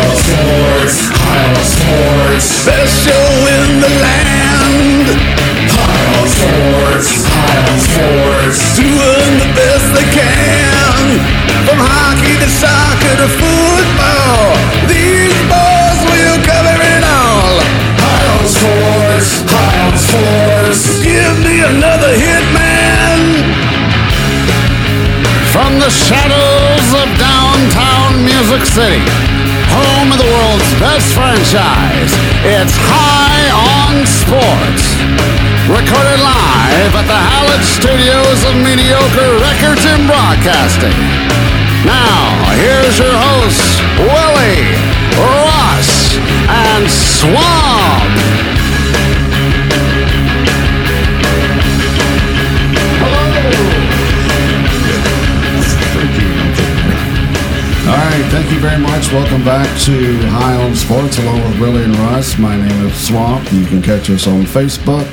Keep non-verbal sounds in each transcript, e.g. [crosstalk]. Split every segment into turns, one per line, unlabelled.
Sports, Pile Sports,
Best show in the land,
Pile Sports, Pile Sports,
doing the best they can. From hockey to soccer to football, these boys will cover it all.
Pile Sports, Pile Sports,
Give me another hit, man.
From the shadows of downtown Music City, home of the world's best franchise, it's High on Sports. Recorded live at the Hallett Studios of Mediocre Records and Broadcasting. Now, here's your hosts, Willie, Ross, and Swab. All right, thank you very much. Welcome back to High on Sports along with Willie and Ross. My name is Swamp. You can catch us on Facebook,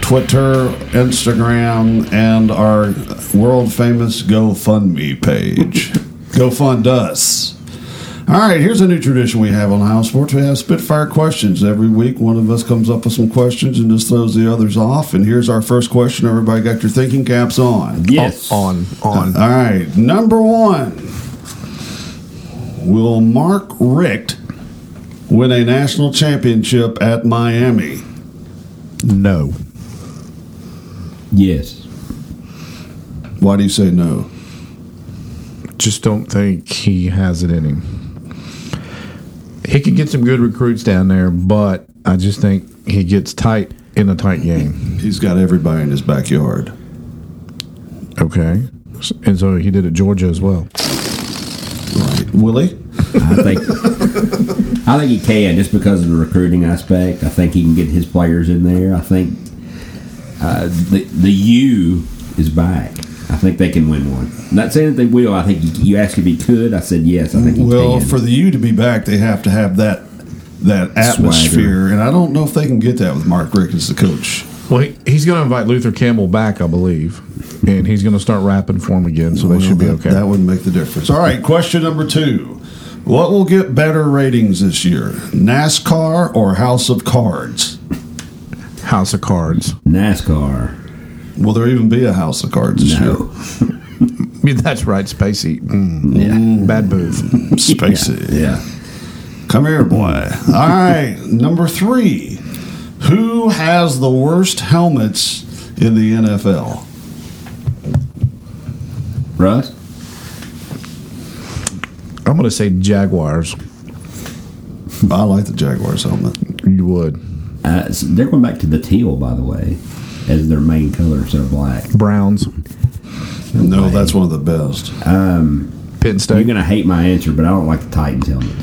Twitter, Instagram, and our world famous GoFundMe page. GoFund us. All right, here's a new tradition we have on High on Sports. We have Spitfire questions. Every week, one of us comes up with some questions and just throws the others off. And here's our first question. Everybody got your thinking caps on?
Yes. On, on.
All right, number one. Will Mark Richt win a national championship at Miami?
No.
Yes.
Why do you say no?
Just don't think he has it in him. He could get some good recruits down there, but I just think he gets tight in a tight game.
He's got everybody in his backyard.
Okay. S- And so he did at Georgia as well.
Right. Willie?
I think I think he can just because of the recruiting aspect. I think he can get his players in there. I think uh, the the U is back. I think they can win one. Not saying that they will. I think you, you asked if he could. I said yes. I think he
Well,
can.
for the U to be back, they have to have that that atmosphere. And I don't know if they can get that with Mark Richt as the coach.
Well, he, he's going to invite Luther Campbell back, I believe, and he's going to start rapping for him again, so they should be
Well,
Mm-hmm. okay.
That, that wouldn't make the difference. All right, question number two. What will get better ratings this year, NASCAR or House of Cards?
House of Cards. [laughs]
NASCAR.
Will there even be a House of Cards this year?
No.
I mean, that's right, Spacey. Mm, Bad
[laughs]
move.
Spacey.
Yeah.
Come here, boy. All right, number three. Who has the worst helmets in the NFL?
Russ.
I'm going to say Jaguars.
I like the Jaguars helmet.
You would.
Uh, so they're going back to the teal, by the way, as their main color instead of black.
Browns.
No, that's one of the best.
Penn
You're
State.
going to hate my answer, but I don't like the Titans helmet.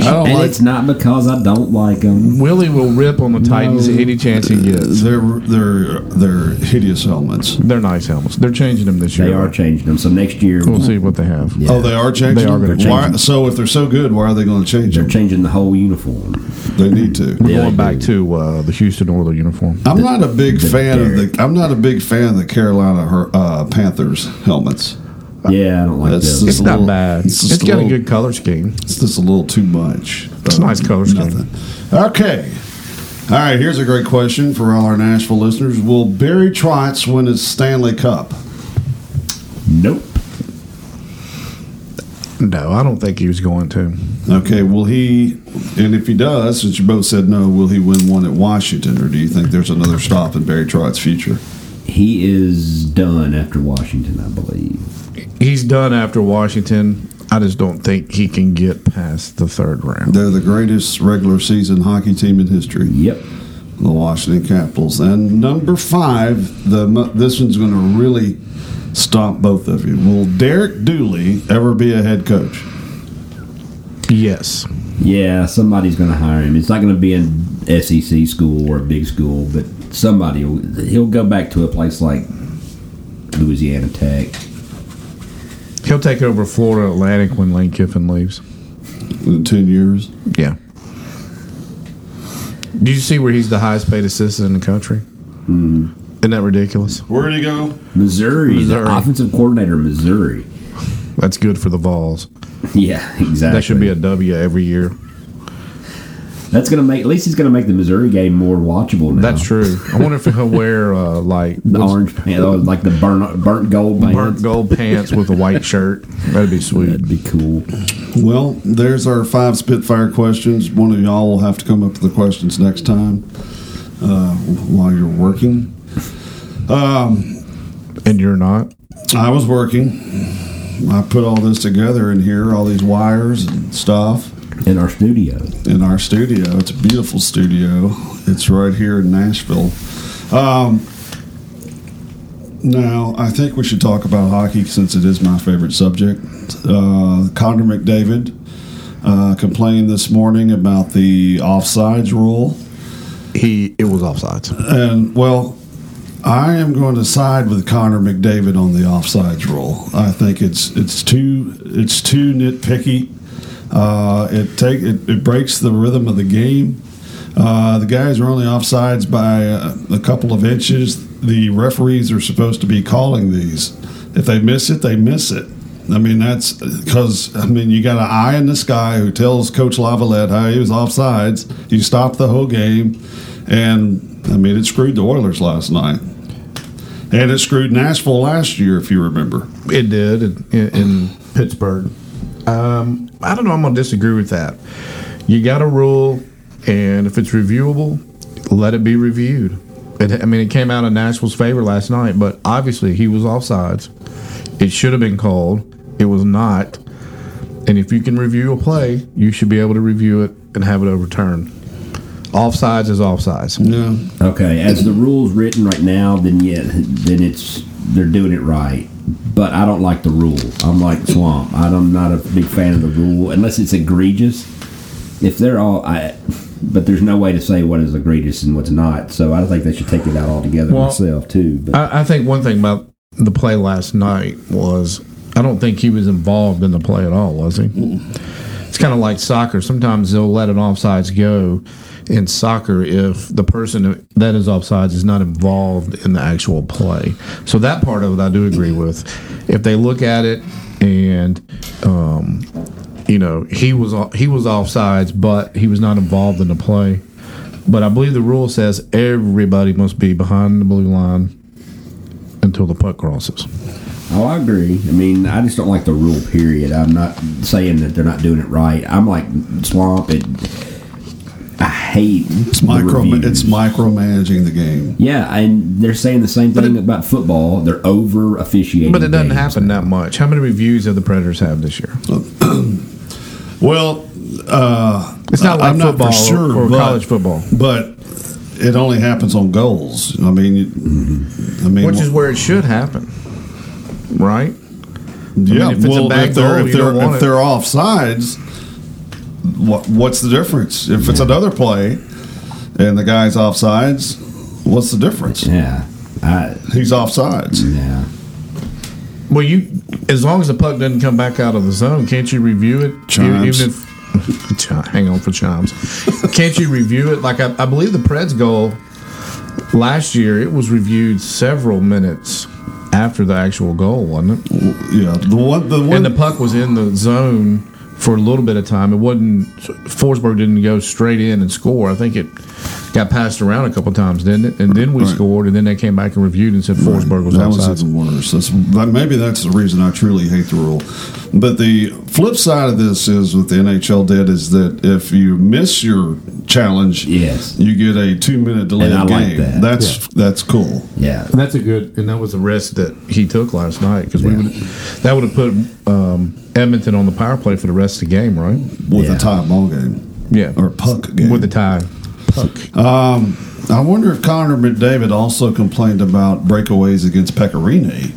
I don't
and
like.
it's not because I don't like them.
Willie will rip on the Titans any chance he gets.
They're they're they're hideous helmets.
They're nice helmets. They're changing them this year.
They are changing them. So next year,
We'll see what they have.
Yeah.
Oh, they are changing.
They are
them?
gonna change
Why-
them.
So if they're so good, why are they going to change
they're
them?
changing the whole uniform.
They need to.
We're
Yeah,
going
they
back
do.
to uh, the Houston Oilers uniform.
I'm not a big fan of the. I'm not a big fan of the Carolina Her- uh, Panthers helmets.
Yeah, I don't like
That's
those.
just-
It's not
little-
bad.
it's just
it's got
little-
a good color scheme.
It's just a little too much.
It's a nice color scheme.
Nothing. Okay. All right, here's a great question for all our Nashville listeners. Will Barry Trotz win his Stanley Cup?
Nope.
No, I don't think he was going to.
Okay, will he, and if he does, since you both said no, will he win one at Washington, or do you think there's another stop in Barry Trotz's future?
He is done after Washington, I believe.
He's done after Washington. I just don't think he can get past the third round.
They're the greatest regular season hockey team in history.
Yep.
the Washington Capitals. And number five, the mo- this one's going to really stomp both of you. Will Derek Dooley ever be a head coach?
Yes.
Yeah, somebody's going to hire him. It's not going to be an SEC school or a big school, but somebody will, he'll go back to a place like Louisiana Tech.
He'll take over Florida Atlantic when Lane Kiffin leaves.
In ten years,
Yeah. Did you see where he's the highest paid assistant in the country? Hmm. Isn't that ridiculous?
where did he go?
Missouri, the
Missouri.
offensive coordinator, of Missouri. [laughs]
That's good for the Vols.
Yeah, exactly.
That should be a W every year.
That's gonna make at least he's gonna make the Missouri game more watchable now.
That's true. I wonder if he'll wear uh, [laughs] like
The
what's-
orange, pants, oh, like the burnt, burnt gold bands.
burnt gold pants with a white shirt. That'd be sweet.
That'd be cool.
Well, there's our five Spitfire questions. One of y'all will have to come up with the questions next time uh, while you're working.
And you're not.
I was working. I put all this together in here, all these wires and stuff
In our studio,
in our studio. It's a beautiful studio. It's right here in Nashville. Um, now, I think we should talk about hockey since it is my favorite subject. Uh, Connor McDavid uh, complained this morning about the offsides rule.
He it was offsides.
And well, I am going to side with Connor McDavid on the offsides rule. I think it's it's too it's too nitpicky. Uh, it take it, it breaks the rhythm of the game. Uh, the guys are only offsides by a, a couple of inches. The referees are supposed to be calling these. If they miss it, they miss it. I mean, that's because I mean you got an eye in the sky who tells Coach Lavalette how he was offsides. You stop the whole game, and I mean it screwed the Oilers last night, and it screwed Nashville last year if you remember.
It did in, in, in Pittsburgh. Um, I don't know. I'm gonna disagree with that. You got a rule, and if it's reviewable, let it be reviewed. It, I mean, it came out in Nashville's favor last night, but obviously he was offsides. It should have been called. It was not. And if you can review a play, you should be able to review it and have it overturned. Offsides is offsides.
Yeah,
okay. As the rules written right now, then yeah, then it's they're doing it right. But I don't like the rule. I'm like Swamp. I'm not a big fan of the rule unless it's egregious. If they're all, I, but there's no way to say what is egregious and what's not. So I think they should take it out altogether
Well,
myself too. But
I, I think one thing about the play last night was I don't think he was involved in the play at all, was he? It's kind of like soccer. Sometimes they'll let an offsides go in soccer if the person that is offsides is not involved in the actual play. So that part of it I do agree with. If they look at it and um, you know he was off- he was offsides, but he was not involved in the play. But I believe the rule says everybody must be behind the blue line until the puck crosses.
Oh, I agree. I mean, I just don't like the rule. Period. I'm not saying that they're not doing it right. I'm like swamp. It. I hate
it's micro it's
my
micromanaging the game.
yeah, and they're saying the same thing about football. They're over officiating,
But it doesn't
games.
happen that much. How many reviews have the Predators have this year?
Well, uh,
It's not like
I'm not for
football
sure,
or
but-
college football,
but it only happens on goals. I mean, it- I mean,
which is where it should happen, right?
Yeah,
mean, if it's a
well,
bad
if they're
goal,
if
you
they're
don't want
if
it.
they're offsides, what what's the difference? If it's another play and the guy's offsides, what's the difference?
Yeah, I
He's offsides.
yeah.
Well, you as long as the puck doesn't come back out of the zone, can't you review it? E-
Chimes.
Even
[laughs]
if, Chi- hang on for chimes. can't you review it? Like I, I believe the Preds goal last year, it was reviewed several minutes after the actual goal, wasn't it?
Yeah, the one the one
and the puck was in the zone for a little bit of time. It wasn't Forsberg didn't go straight in and score. I think it got passed around a couple times, didn't it? And then we
Right.
scored, and then they came back and reviewed and said Forsberg was
that
offside.
was even worse. That's, that, maybe that's the reason I truly hate the rule. But the flip side of this is what the NHL did is that if you miss your challenge,
Yes.
you get a two minute delay
And I
of
like
game.
that.
That's that's cool.
Yeah,
And that's a good, and that was the risk that he took last night because we
Yeah.
would that would have put um, Edmonton on the power play for the rest of the game, right?
with
Yeah.
a tie ball game.
Yeah,
Or puck game.
with the tie. Puck.
I wonder if Connor McDavid also complained about breakaways against Pecorine.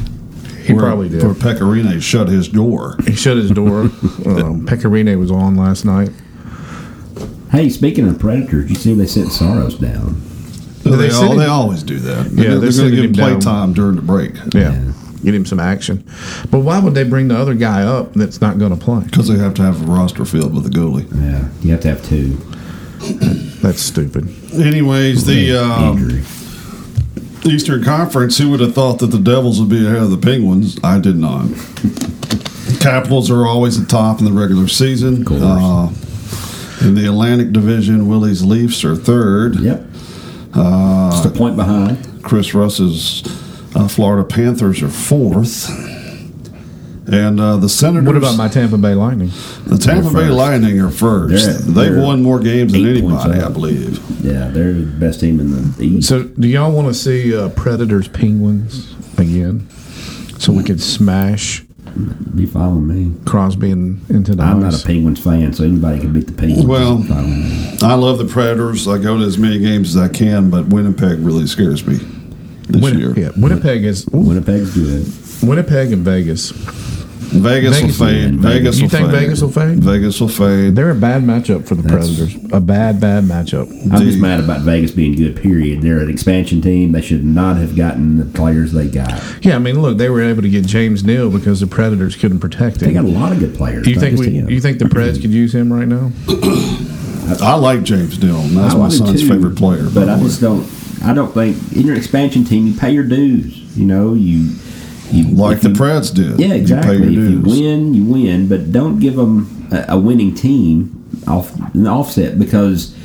he probably did.
Where Pecorine shut his door.
he shut his door. um, Pecorine was on last night.
Hey, speaking of predators, you see they sent Soros down.
They,
they
all,
sitting-
they always do that.
Yeah,
they're,
they're
going to
sitting
give
him
him play
down.
time during the break
Yeah.
Yeah.
Get him some action. But why would they bring the other guy up that's not going to play?
because they have to have a roster filled with a goalie.
Yeah, you have to have two
That's stupid.
Anyways, the um,
injury.
Eastern Conference, who would have thought that the Devils would be ahead of the Penguins? I did not. [laughs] Capitals are always at top in the regular season.
course.
Uh, in the Atlantic Division, Willie's Leafs are third.
Yep.
Uh,
Just a point behind.
Chris Russ's uh, Florida Panthers are fourth. And uh, the Senators,
What about my Tampa Bay Lightning?
the Tampa
They're
Bay
first.
Lightning are 1st
They're-
They've
they're
won more games than
eight points
anybody, I
up.
believe.
Yeah, they're the best team in the East.
So, do y'all want to see uh, Predators Penguins again? So we could smash
you following me?
Crosby and into the
I'm
ice.
not a Penguins fan, so anybody can beat the Penguins.
Well-
Follow me.
I love the Predators. I go to as many games as I can, but Winnipeg really scares me this
Winni-
year.
yeah, Winnipeg is ooh,
Winnipeg's good.
Winnipeg and Vegas.
Vegas,
Vegas
will
will
fade.
win.
Vegas
You
will
think
fade.
Vegas will fade?
Vegas will fade.
They're a bad matchup for the
That's-
Predators. A bad, bad matchup.
I'm just
The-
mad about Vegas being good. Period. They're an expansion team. They should not have gotten the players they got.
Yeah, I mean, look, they were able to get James Neal because the Predators couldn't protect
They got a
him.
lot of good players.
You
not
think
just
we?
him.
You think the Preds could use him right now?
I like James Dillon. That's
I
my
do
son's
too,
favorite player. by
But
the
I
way.
just don't. I don't think in your expansion team you pay your dues. You know you you
like
if
the
you-
Preds did.
Yeah, exactly.
You pay
if
your
you
dues.
win, you win, but don't give them a, a winning team off an offset because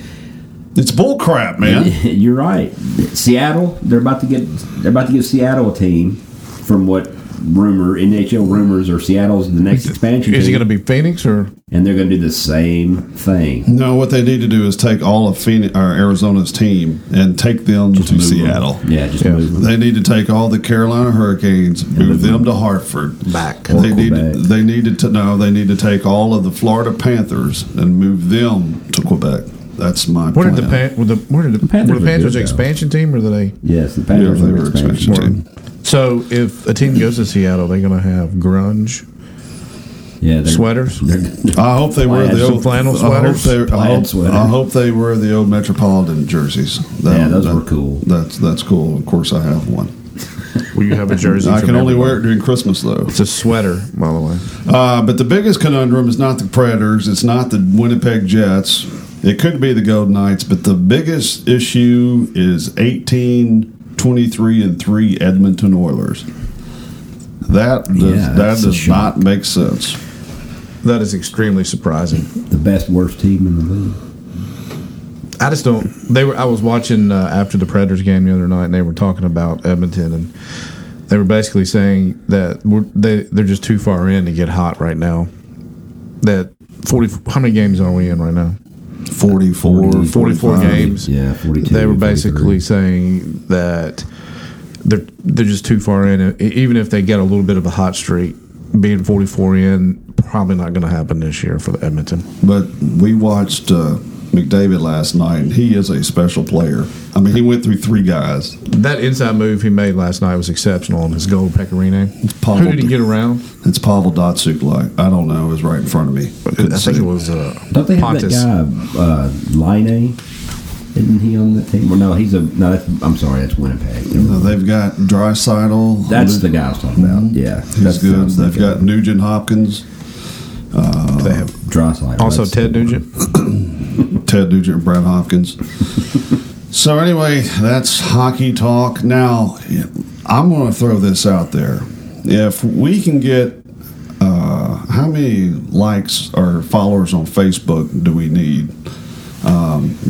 It's bull crap, man.
[laughs] you're right. Seattle, they're about to get they're about to give Seattle a team from what rumor NHL rumors or Seattle's the next expansion
Is it
team,
going to be Phoenix or
and they're going to do the same thing.
no, what they need to do is take all of Phoenix, or Arizona's team and take them to
Move 'em.
Seattle.
Yeah, just
Yeah.
move 'em.
They need to take all the Carolina Hurricanes, move them to Hartford.
back?
They
Or
need,
Quebec.
they need to t- no. They need to take all of the Florida Panthers and move them to Quebec. That's my
Where
plan.
did the pan, were the where did the,
Panthers
were
are
the Panthers
good,
an
though.
expansion team or did they?
Yes, the
yeah,
Panthers
they
are
were expansion team.
So if a team goes to Seattle, they're going to have grunge
Yeah, they're,
sweaters.
I hope they wear
Plaid-
the
some
old
flannel sweaters?
I hope, they, I,
Plaid
hope,
sweater.
I hope they wear the old Metropolitan jerseys. That-
Yeah, those
that-
were cool.
That's that's cool. Of course, I have one.
Will you have a jersey?
I
from
can only
everybody?
wear it during Christmas though.
It's a sweater, by the way.
Uh, but the biggest conundrum is not the Predators. It's not the Winnipeg Jets. It could be the Golden Knights, but the biggest issue is 18, 23, and 3 Edmonton Oilers. That does,
Yeah,
that
that's a
does
shock.
not make sense.
That is extremely surprising.
the best worst team in the league.
I just don't. They were. I was watching uh, after the Predators game the other night, and they were talking about Edmonton, and they were basically saying that we're, they they're just too far in to get hot right now. That forty. How many games are we in right now?
44,
44
45.
games.
Yeah, 42,
They were
43.
basically saying that they're they're just too far in. E- Even if they get a little bit of a hot streak, being 44 in probably not going to happen this year for the Edmonton.
But we watched uh, McDavid last night, and he is a special player. I mean, he went through three guys.
That inside move he made last night was exceptional on his goal, Pecorino.
Pavel
Who did he
Duk-
get around?
It's Pavel Datsuk, like I don't know, is right in front of me.
I
Couldn't see.
think it was uh,
Don't they have
Pontus.
that guy, uh, Line? Isn't he on that team? Well, no, he's a. No, that's, I'm sorry, that's Winnipeg. Never
Uh,
mind.
They've got Drysidle.
That's the guy I was talking about. Yeah,
He's
that's
good. They've got Nugent Hopkins,
They have
Drysdale.
also Ted Nugent.
Ted Nugent, and Brad Hopkins. so anyway, that's hockey talk. Now, I'm going to throw this out there. If we can get uh, how many likes or followers on Facebook do we need?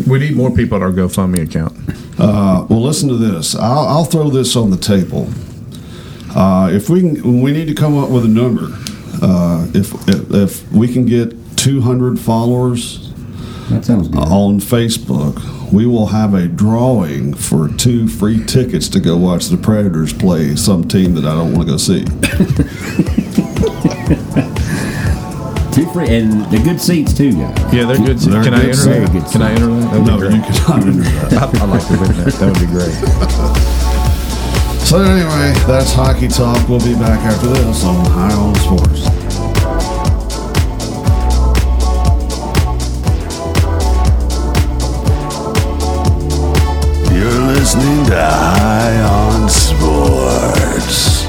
We need more people at our GoFundMe account.
Uh, well, listen to this. I'll, I'll throw this on the table. Uh, if we can, we need to come up with a number. Uh, if, if if we can get 200 followers
That sounds good.
on Facebook, we will have a drawing for two free tickets to go watch the Predators play some team that I don't want to go see.
Two free and the good seats too, guys.
Yeah, they're good.
They're
can I
good
enter
seats.
that? Can I enter that? That'd be
No,
great.
you cannot enter that.
[laughs] I like to win that. That would be great.
[laughs] So anyway, that's hockey talk. We'll be back after this on High on Sports.
You're listening to High on Sports.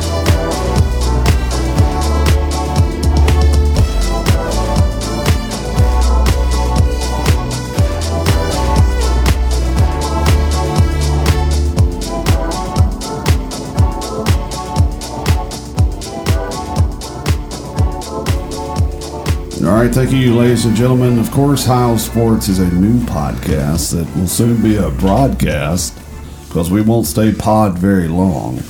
right, thank you, ladies and gentlemen. Of course, Heil Sports is a new podcast that will soon be a broadcast because we won't stay pod very long.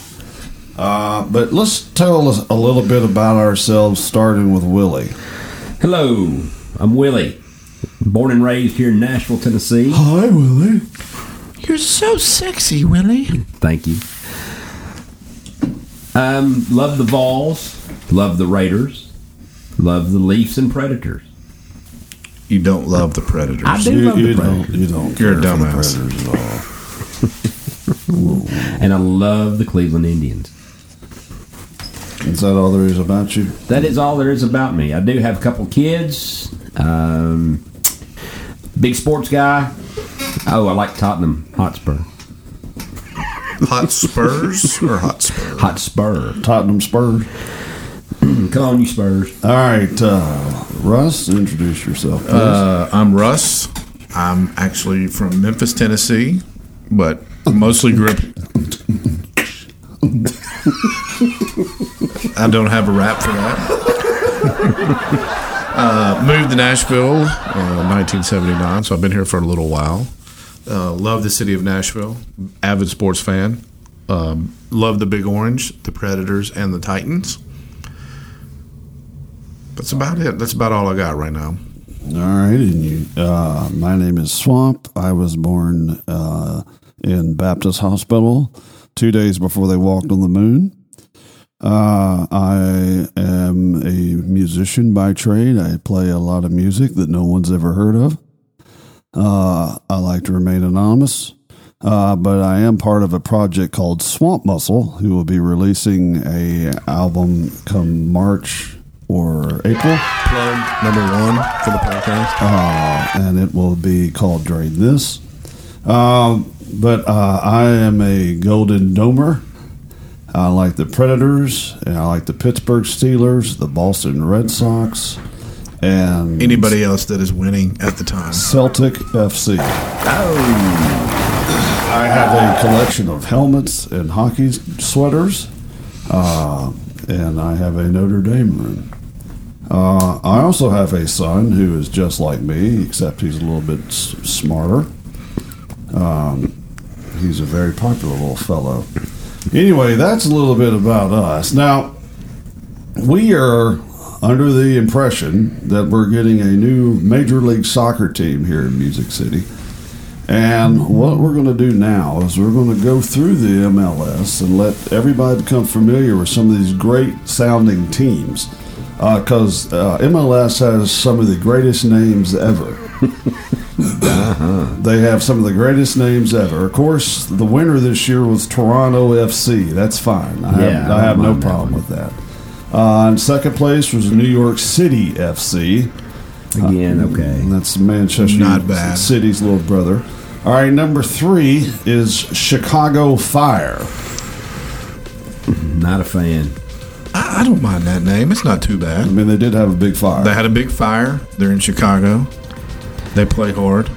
Uh, but let's tell us a little bit about ourselves, starting with Willie.
Hello, I'm Willie. Born and raised here in Nashville, Tennessee.
Hi, Willie.
You're so sexy, Willie.
Thank you. Um, love the Vols. Love the Raiders. Love the Leafs and Predators.
You don't love the Predators.
I do
You,
love
you
the Predators.
don't. You don't.
You're
care for
a
the
dumbass.
Predators at all.
And I love the Cleveland Indians.
Is that all there is about you?
That is all there is about me. I do have a couple kids. Um, big sports guy. Oh, I like Tottenham Hotspur.
Hot Spurs or Hot Spurs?
Hotspur.
Tottenham Spurs.
Come on, you Spurs.
All right, uh, Russ, introduce yourself. please.
Uh, I'm Russ. I'm actually from Memphis, Tennessee, but mostly grew up. I don't have a rap for that. [laughs] Uh, moved to Nashville uh, 1979, so I've been here for a little while. Uh, love the city of Nashville. Avid sports fan. Um, love the Big Orange, the Predators, and the Titans. That's about it. That's about all I got right now.
All right, and you. Uh, my name is Swamp. I was born uh, in Baptist Hospital two days before they walked on the moon. Uh, I am a musician by trade. I play a lot of music that no one's ever heard of. Uh, I like to remain anonymous, uh, but I am part of a project called Swamp Muscle, who will be releasing a album come March or April.
plug number one for the podcast.
and it will be called Drain This. Um, but uh, I am a Golden Domer. I like the Predators, and I like the Pittsburgh Steelers, the Boston Red Sox, and
Anybody else that is winning at the time.
Celtic FC. I have a collection of helmets and hockey sweaters, uh, and I have a Notre Dame ring. Uh, I also have a son who is just like me, except he's a little bit s- smarter. Um, he's a very popular little fellow. Anyway, that's a little bit about us. Now, we are under the impression that we're getting a new Major League Soccer team here in Music City. And what we're going to do now is we're going to go through the MLS and let everybody become familiar with some of these great sounding teams. Because uh, MLS has some of the greatest names ever.
Uh-huh.
They have some of the greatest names ever. Of course, the winner this year was Toronto FC. That's fine. I
Yeah,
have,
I
I have
don't
no
mind that
problem with that. Uh, in second place was New York City FC.
Again, okay.
And that's Manchester
Not
United
bad.
City's little brother. All right, number three is Chicago Fire.
Not a fan.
I, I don't mind that name. It's not too
I
bad.
mean, they did have a big fire.
They had a big fire. They're in Chicago. They play hard.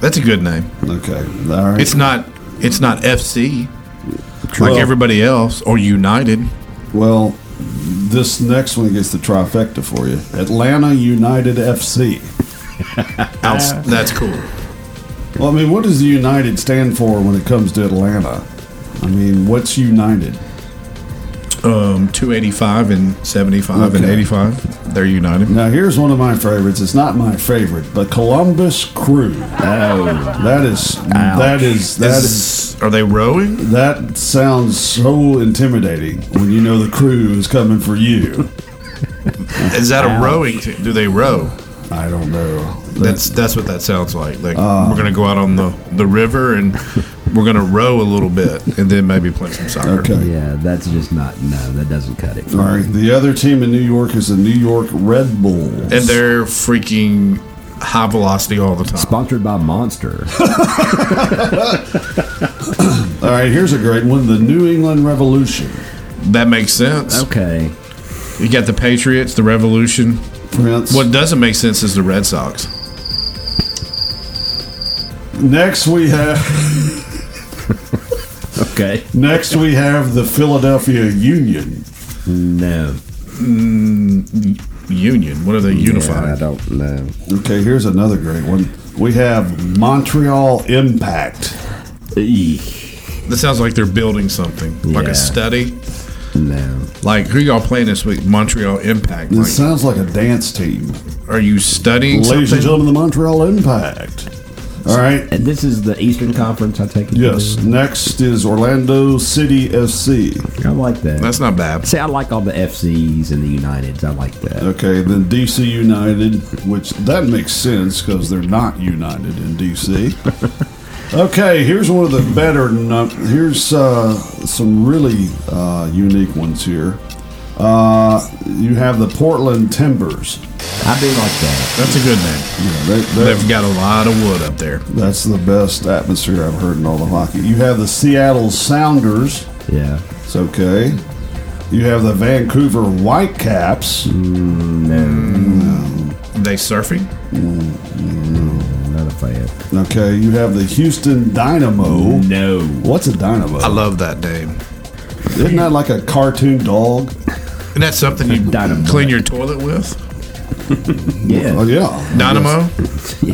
That's a good name.
okay, all right.
It's not. It's not FC
Well,
like everybody else or United.
Well, this next one gets the trifecta for you. Atlanta United FC. Ah.
Outs- that's cool.
Well, I mean, what does the United stand for when it comes to Atlanta? I mean, what's United?
Um, two eighty five and seventy five and
Okay.
eighty five. They're United.
Now, here's one of my favorites. It's not my favorite, but Columbus Crew.
Oh,
That is, that is, that
Is-
is,
are they rowing?
That sounds so intimidating when you know the crew is coming for you.
Is that a rowing? Team? Do they row?
I don't know.
That's that's what that sounds like. Like we're gonna go out on the, the river
[laughs]
and we're gonna row a little bit and then maybe play some soccer.
Okay.
yeah, that's just not. No, that doesn't cut it.
All right. The other team in New York is the New York Red Bulls.
And they're freaking high velocity all the time.
Sponsored by [laughs] Monster.
All right. Here's a great one: the New England Revolution.
That makes sense.
okay.
You got the Patriots, the Revolution.
Prince.
What doesn't make sense is the Red Sox.
Next we have
Okay.
next we have the Philadelphia Union.
No.
union? What are they
I
unified?
don't know.
Okay, here's another great one. We have Montreal Impact.
Eek.
That sounds like they're building something, like
Yeah.
a study.
No.
Like who y'all playing this week? Montreal Impact.
It
Like,
sounds like a dance team.
are you studying
Ladies and
something?
gentlemen, the Montreal Impact. All right.
And this is the Eastern Conference, I take it?
Yes. Next is Orlando City FC.
I like that.
That's not bad.
See, I like all the FCs and the Uniteds. I like that.
Okay. Then DC United, which that makes sense because they're not united in DC. Okay, here's one of the better. num- Here's uh, some really uh, unique ones here. Uh, you have the Portland Timbers.
I do like that.
That's a good name.
Yeah, they- they're-
They've got a lot of wood up there.
That's the best atmosphere I've heard in all of hockey. You have the Seattle Sounders.
Yeah.
It's okay. You have the Vancouver Whitecaps.
They surfing?
Not a fan.
Okay. You have the Houston Dynamo.
No.
What's a dynamo?
I love that name.
Isn't that like a cartoon dog?
Isn't that something
[laughs]
you
Dynamite.
clean your toilet with?
Oh
Yeah.
yeah.
Dynamo?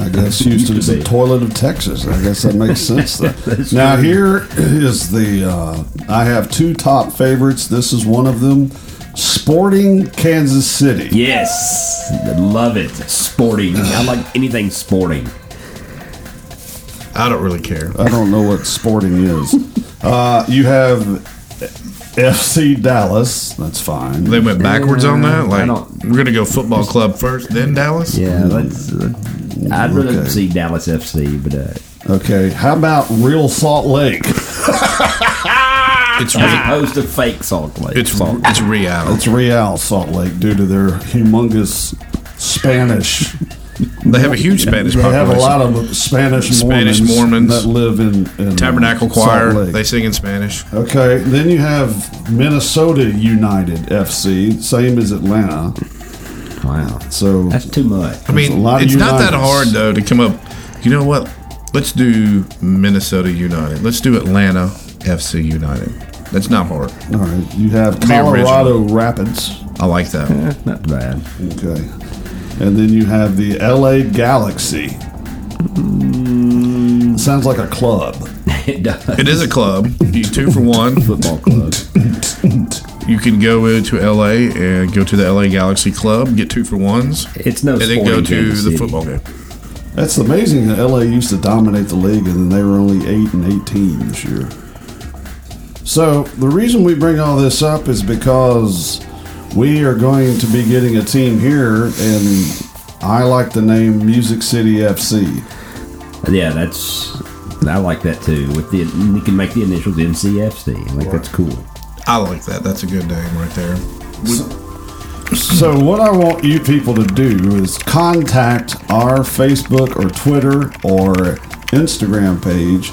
I guess Houston's the toilet of Texas. I guess that makes sense. then. now here is the. Uh, I have two top favorites. This is one of them. Sporting Kansas City.
Yes. Love it. Sporting. I like anything sporting.
I don't really care.
I don't know what sporting is. Uh, you have FC Dallas. That's fine.
They went backwards on that. Like
don't-
we're gonna go football club first, then Dallas.
Yeah. That's, uh, I'd rather
Okay.
see Dallas FC, but uh,
Okay. How about Real Salt Lake?
It's
as
re-
opposed to fake Salt Lake.
Ah. it's
Salt.
it's real.
It's Real Salt Lake due to their humongous Spanish.
They have a huge Spanish
They have
population.
a lot of Spanish Mormons,
Spanish Mormons.
that live in, in
Tabernacle
Salt
choir.
Lake.
They sing in Spanish.
Okay, then you have Minnesota United FC, same as Atlanta.
Wow.
So
That's too much.
I
There's
mean,
a lot of
it's not that
Uniteds.
hard though to come up. You know what? Let's do Minnesota United. Let's do Atlanta FC United. That's not hard.
all right, you have
Be original.
Colorado Rapids.
I like that.
Not bad.
Okay. And then you have the LA Galaxy.
Mm.
Sounds like a club.
[laughs] It does.
It is a club. You two for one.
Football club.
You can go uh, to LA and go to the LA Galaxy Club, get two for ones,
It's no.
and then go
sporting
to
Kansas
the
City.
football game.
That's amazing that LA used to dominate the league and then they were only 8 and 18 this year. So, the reason we bring all this up is because we are going to be getting a team here and I like the name Music City FC.
Yeah, that's. I like that too. With the you can make the initials NCFC. I think that's cool.
I like that. That's a good name right there.
So, what I want you people to do is contact our Facebook or Twitter or Instagram page,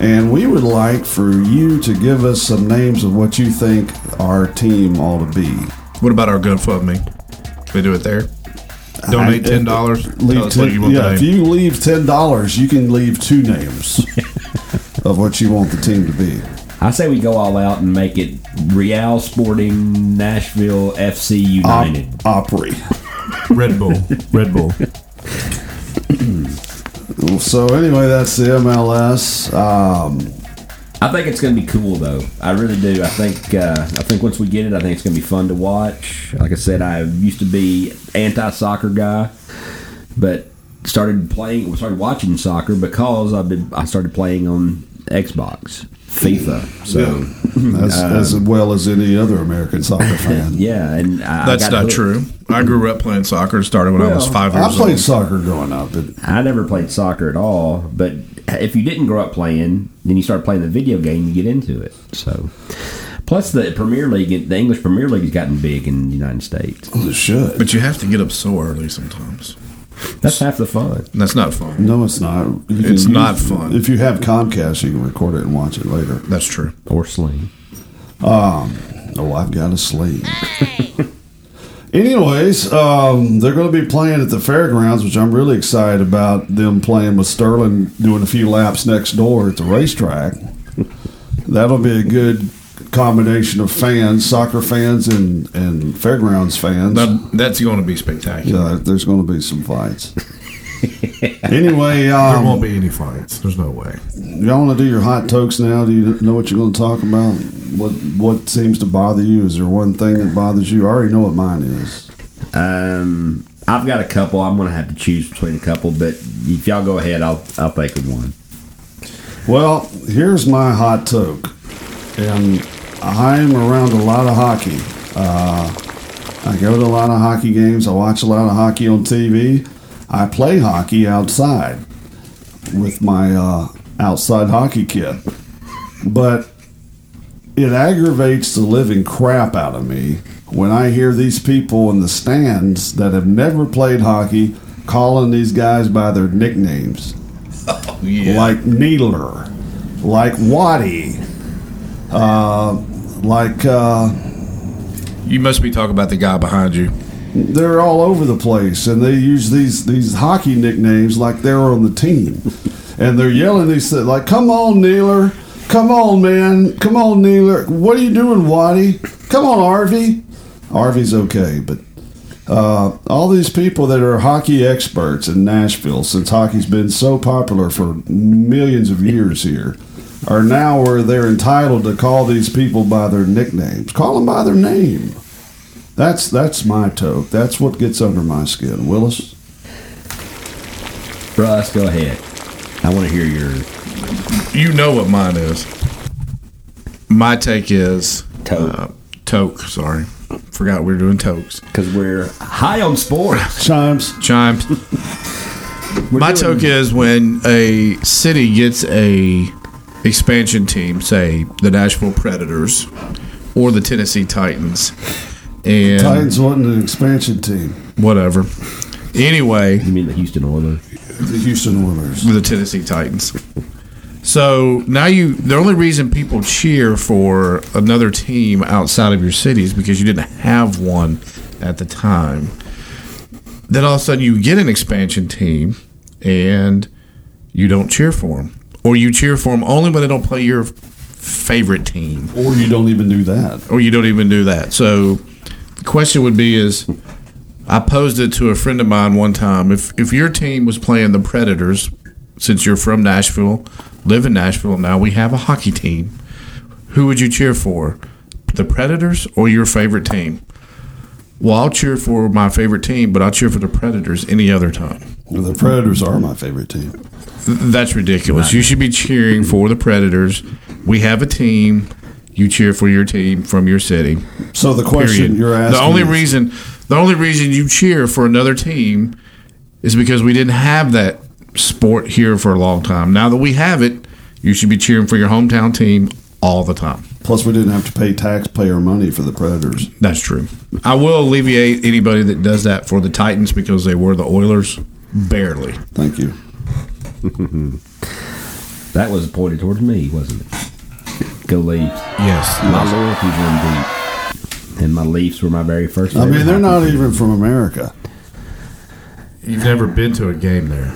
and we would like for you to give us some names of what you think our team ought to be.
What about our GoFundMe? Can we do it there? Donate ten dollars. Tell
uh, Leave
us what
ten,
you want
yeah,
the
if
name.
you leave ten dollars, you can leave two names of what you want the team to be.
I say we go all out and make it Real Sporting Nashville FC
Op-
United.
Opry.
Red Bull.
[laughs]
Red Bull.
So anyway, that's the MLS. Um,
I think it's going to be cool though. I really do. I think uh, I think once we get it, I think it's going to be fun to watch. Like I said, I used to be anti-soccer guy, but started playing, started watching soccer because I've been I started playing on Xbox, FIFA. So
Hmm, uh,
as, as well as any other American
[laughs]
soccer fan.
yeah, and I, I
That's
got
not
hooked.
true. I grew up playing soccer. Started when I was
Well,
five
I
years
played
old.
soccer growing up, but
I never played soccer at all, but if you didn't grow up playing, then you start playing the video game, you get into it. So, plus the Premier League, the English Premier League has gotten big in the United States.
It should.
But you have to get up so early sometimes.
That's half the fun.
And that's not fun.
No, it's not. You can
It's not fun.
If you have Comcast, you can record it and watch it later.
That's true.
Or sling.
Oh, I've got a sleep. [laughs] Anyways, um, they're going to be playing at the fairgrounds, which I'm really excited about them playing with
[laughs]
Sterling doing a few laps next door at the racetrack. That'll be a good combination of fans, soccer fans, and, and fairgrounds fans.
That, that's going to be spectacular.
Uh, there's going to be some
[laughs]
fights. anyway, um,
there won't be any fights. There's no way.
Y'all want to do your hot tokes now? Do you know what you're going to talk about? What What seems to bother you? Is there one thing that bothers you? I already know what mine is.
Um, I've got a couple. I'm gonna have to choose between a couple, but if y'all go ahead, I'll I'll think of one.
Well, here's my hot toke, and I'm around a lot of hockey. Uh, I go to a lot of hockey games. I watch a lot of hockey on TV. I play hockey outside with my uh, outside hockey kit, but it aggravates the living crap out of me when I hear these people in the stands that have never played hockey calling these guys by their nicknames. Like Needler, like Waddy, uh, like uh,
You must be talking about the guy behind you.
they're all over the place, and they use these these hockey nicknames like they're on the team, and they're yelling these things like, "Come on, Neeler! Come on, man! Come on, Neeler! What are you doing, Waddy? Come on, Arvy! Arvy's okay, but." Uh, all these people that are hockey experts in Nashville, since hockey's been so popular for millions of years here, are now where they're entitled to call these people by their nicknames. Call them by their name. That's that's my toke. That's what gets under my skin, Willis.
Russ, go ahead. I want to hear your
You know what mine is. My take is
toke
uh, toke. Sorry, forgot we were doing tokes.
because we're high on sports.
Chimes.
Chimes. [laughs] My toke is when a city gets a expansion team, say the Nashville Predators or the Tennessee Titans, and
Titans wasn't an expansion team.
whatever. Anyway,
You mean the Houston Oilers?
The Houston Oilers.
with the Tennessee Titans. So now you, the only reason people cheer for another team outside of your city is because you didn't have one at the time. Then all of a sudden you get an expansion team and you don't cheer for them. Or you cheer for them only when they don't play your favorite team.
Or you don't even do that.
Or Oh, you don't even do that. So the question would be is, I posed it to a friend of mine one time. If if your team was playing the Predators, since you're from Nashville, live in Nashville now, we have a hockey team. Who would you cheer for? The Predators or your favorite team? Well, I'll cheer for my favorite team, but I'll cheer for the Predators any other time.
The Predators are my favorite team.
That's ridiculous. You should be cheering for the Predators. We have a team. You cheer for your team from your city.
So the question
Period.
you're asking
The only
is-
reason the only reason you cheer for another team is because we didn't have that sport here for a long time. Now that we have it, you should be cheering for your hometown team all the time.
plus we didn't have to pay taxpayer money for the Predators.
That's true. I will alleviate anybody that does that for the Titans because they were the Oilers barely.
Thank you.
That was pointed towards me, wasn't it? Go Leafs.
Yes.
My loyalties run deep, and my Leafs were my very first.
I mean,
favorite
they're not
hockey team.
even from America.
You've never been to a game there.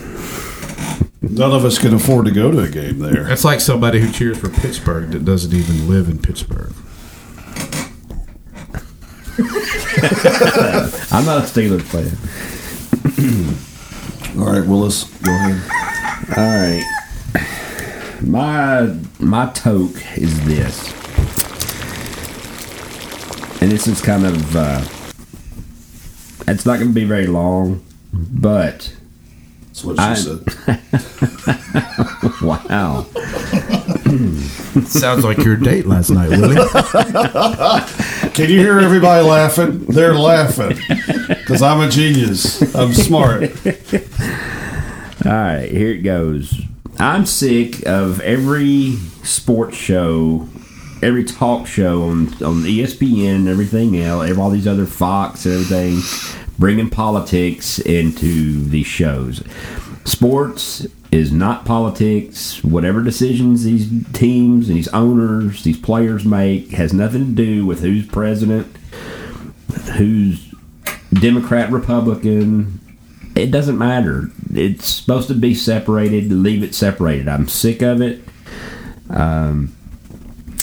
None of us can afford to go to a game there.
That's like somebody who cheers for Pittsburgh that doesn't even live in Pittsburgh.
I'm not a Steelers fan.
All right, Willis, go ahead.
All right. My my toke is this, and this is kind of uh, it's not going to be very long, but
That's what
I-
she said.
wow,
Sounds like your date last night, Willie.
Can you hear everybody laughing? They're
[laughs]
laughing because I'm a genius. I'm smart.
all right, here it goes. I'm sick of every sports show, every talk show on on E ESPN and everything else, and all these other Fox and everything, bringing politics into these shows. Sports is not politics. Whatever decisions these teams and these owners, these players make, has nothing to do with who's president, who's Democrat, Republican. It doesn't matter. It's supposed to be separated. Leave it separated. I'm sick of it. Um,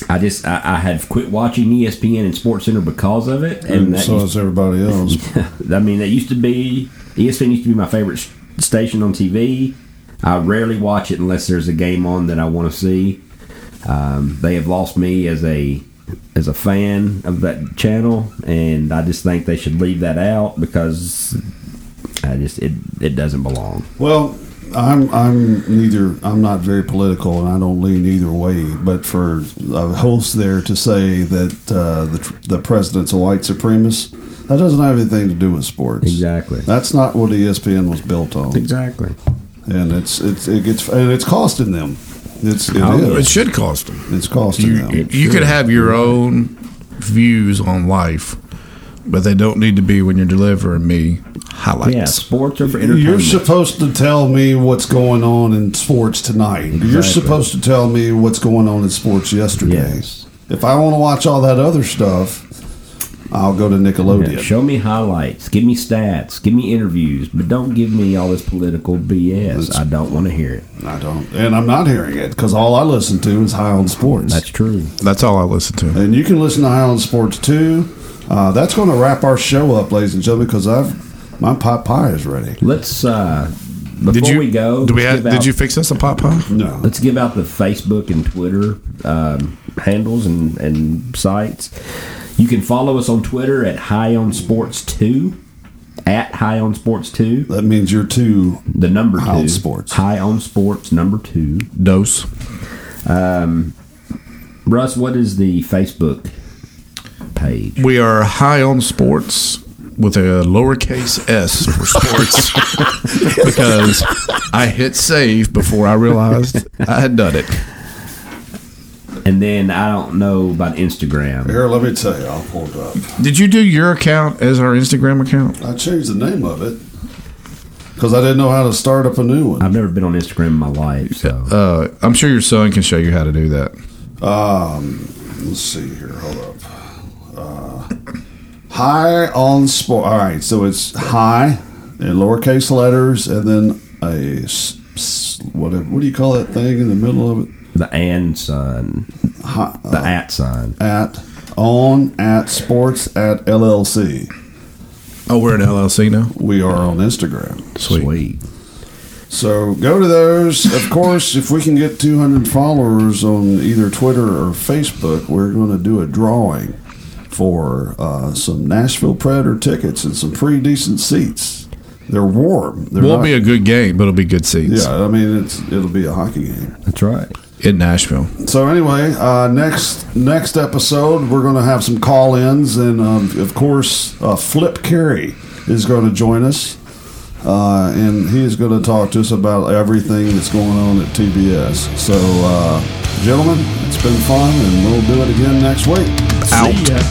I just I, I had quit watching E ESPN and Sports Center because of it, and that
so
used,
is everybody else.
I mean that used to be E ESPN used to be my favorite s- station on TV. I rarely watch it unless there's a game on that I want to see. Um, they have lost me as a as a fan of that channel, and I just think they should leave that out because I just it it doesn't belong.
Well, I'm I'm neither I'm not very political and I don't lean either way. But for a host there to say that uh, the tr- the president's a white supremacist, that doesn't have anything to do with sports.
Exactly.
That's not what E ESPN was built on,
Exactly.
and it's it's it gets and it's costing them. It's it
Oh,
[laughs] It
is.
should cost them.
It's costing
You,
them.
you could have your own views on life, but they don't need to be when you're delivering me highlights.
Yeah, sports are for entertainment.
You're supposed to tell me what's going on in sports tonight. You're supposed to tell me what's going on in sports yesterday.
Yes.
If I want to watch all that other stuff, I'll go to Nickelodeon.
Yeah, show me highlights. Give me stats. Give me interviews. But don't give me all this political BS. I don't want to hear it.
I don't, and I'm not hearing it because all I listen to is High on Sports.
That's true.
That's all I listen to.
and you can listen to High on Sports too. Uh, that's going to wrap our show up, ladies and gentlemen, because I've my pot pie is ready.
Let's uh before
Did you
we go,
Do we
let's
have,
give
did
out-
you fix us a pot pie?
No,
Let's give out the Facebook and Twitter um, handles and, and sites. You can follow us on Twitter at High on Sports Two, at High on Sports Two,
that means you're too.
the number
High on
two,
Sports.
High on Sports number two.
Dose.
Russ, what is the Facebook page?
We are high on sports with a lowercase s for sports
[laughs]
because I hit save before I realized I had done it.
And then I don't know about Instagram.
Here, let me tell you. I'll pull it up.
Did you do your account as our Instagram account?
I changed the name of it because I didn't know how to start up a new one.
I've never been on Instagram in my life, so
Uh, I'm sure your son can show you how to do that.
Um, Let's see here. Hold up. Uh, high on sport. All right, so it's high in lowercase letters, and then a s- s- whatever. What do you call that thing in the middle of it?
the and sign, the at sign.
At on at sports at LLC.
Oh, we're an LLC now.
We are on Instagram.
Sweet.
So go to those. Of course, if we can get 200 followers on either Twitter or Facebook, we're going to do a drawing for uh, some Nashville Predator tickets and some pretty decent seats. They're warm. They're
Won't
not-
be a good game, but it'll be good seats
yeah, I mean it's it'll be a hockey game.
That's right.
in Nashville.
So anyway, uh, next next episode we're going to have some call-ins, and um, of course, uh, Flip Carey is going to join us, uh, and he is going to talk to us about everything that's going on at TBS. So, uh, gentlemen, it's been fun, and we'll do it again next week.
Out.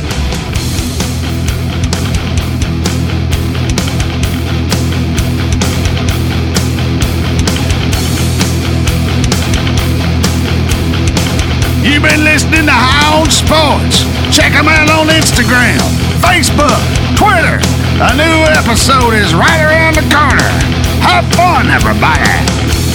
You've been listening to High on Sports. Check them out on Instagram, Facebook, Twitter. A new episode is right around the corner. Have fun, everybody.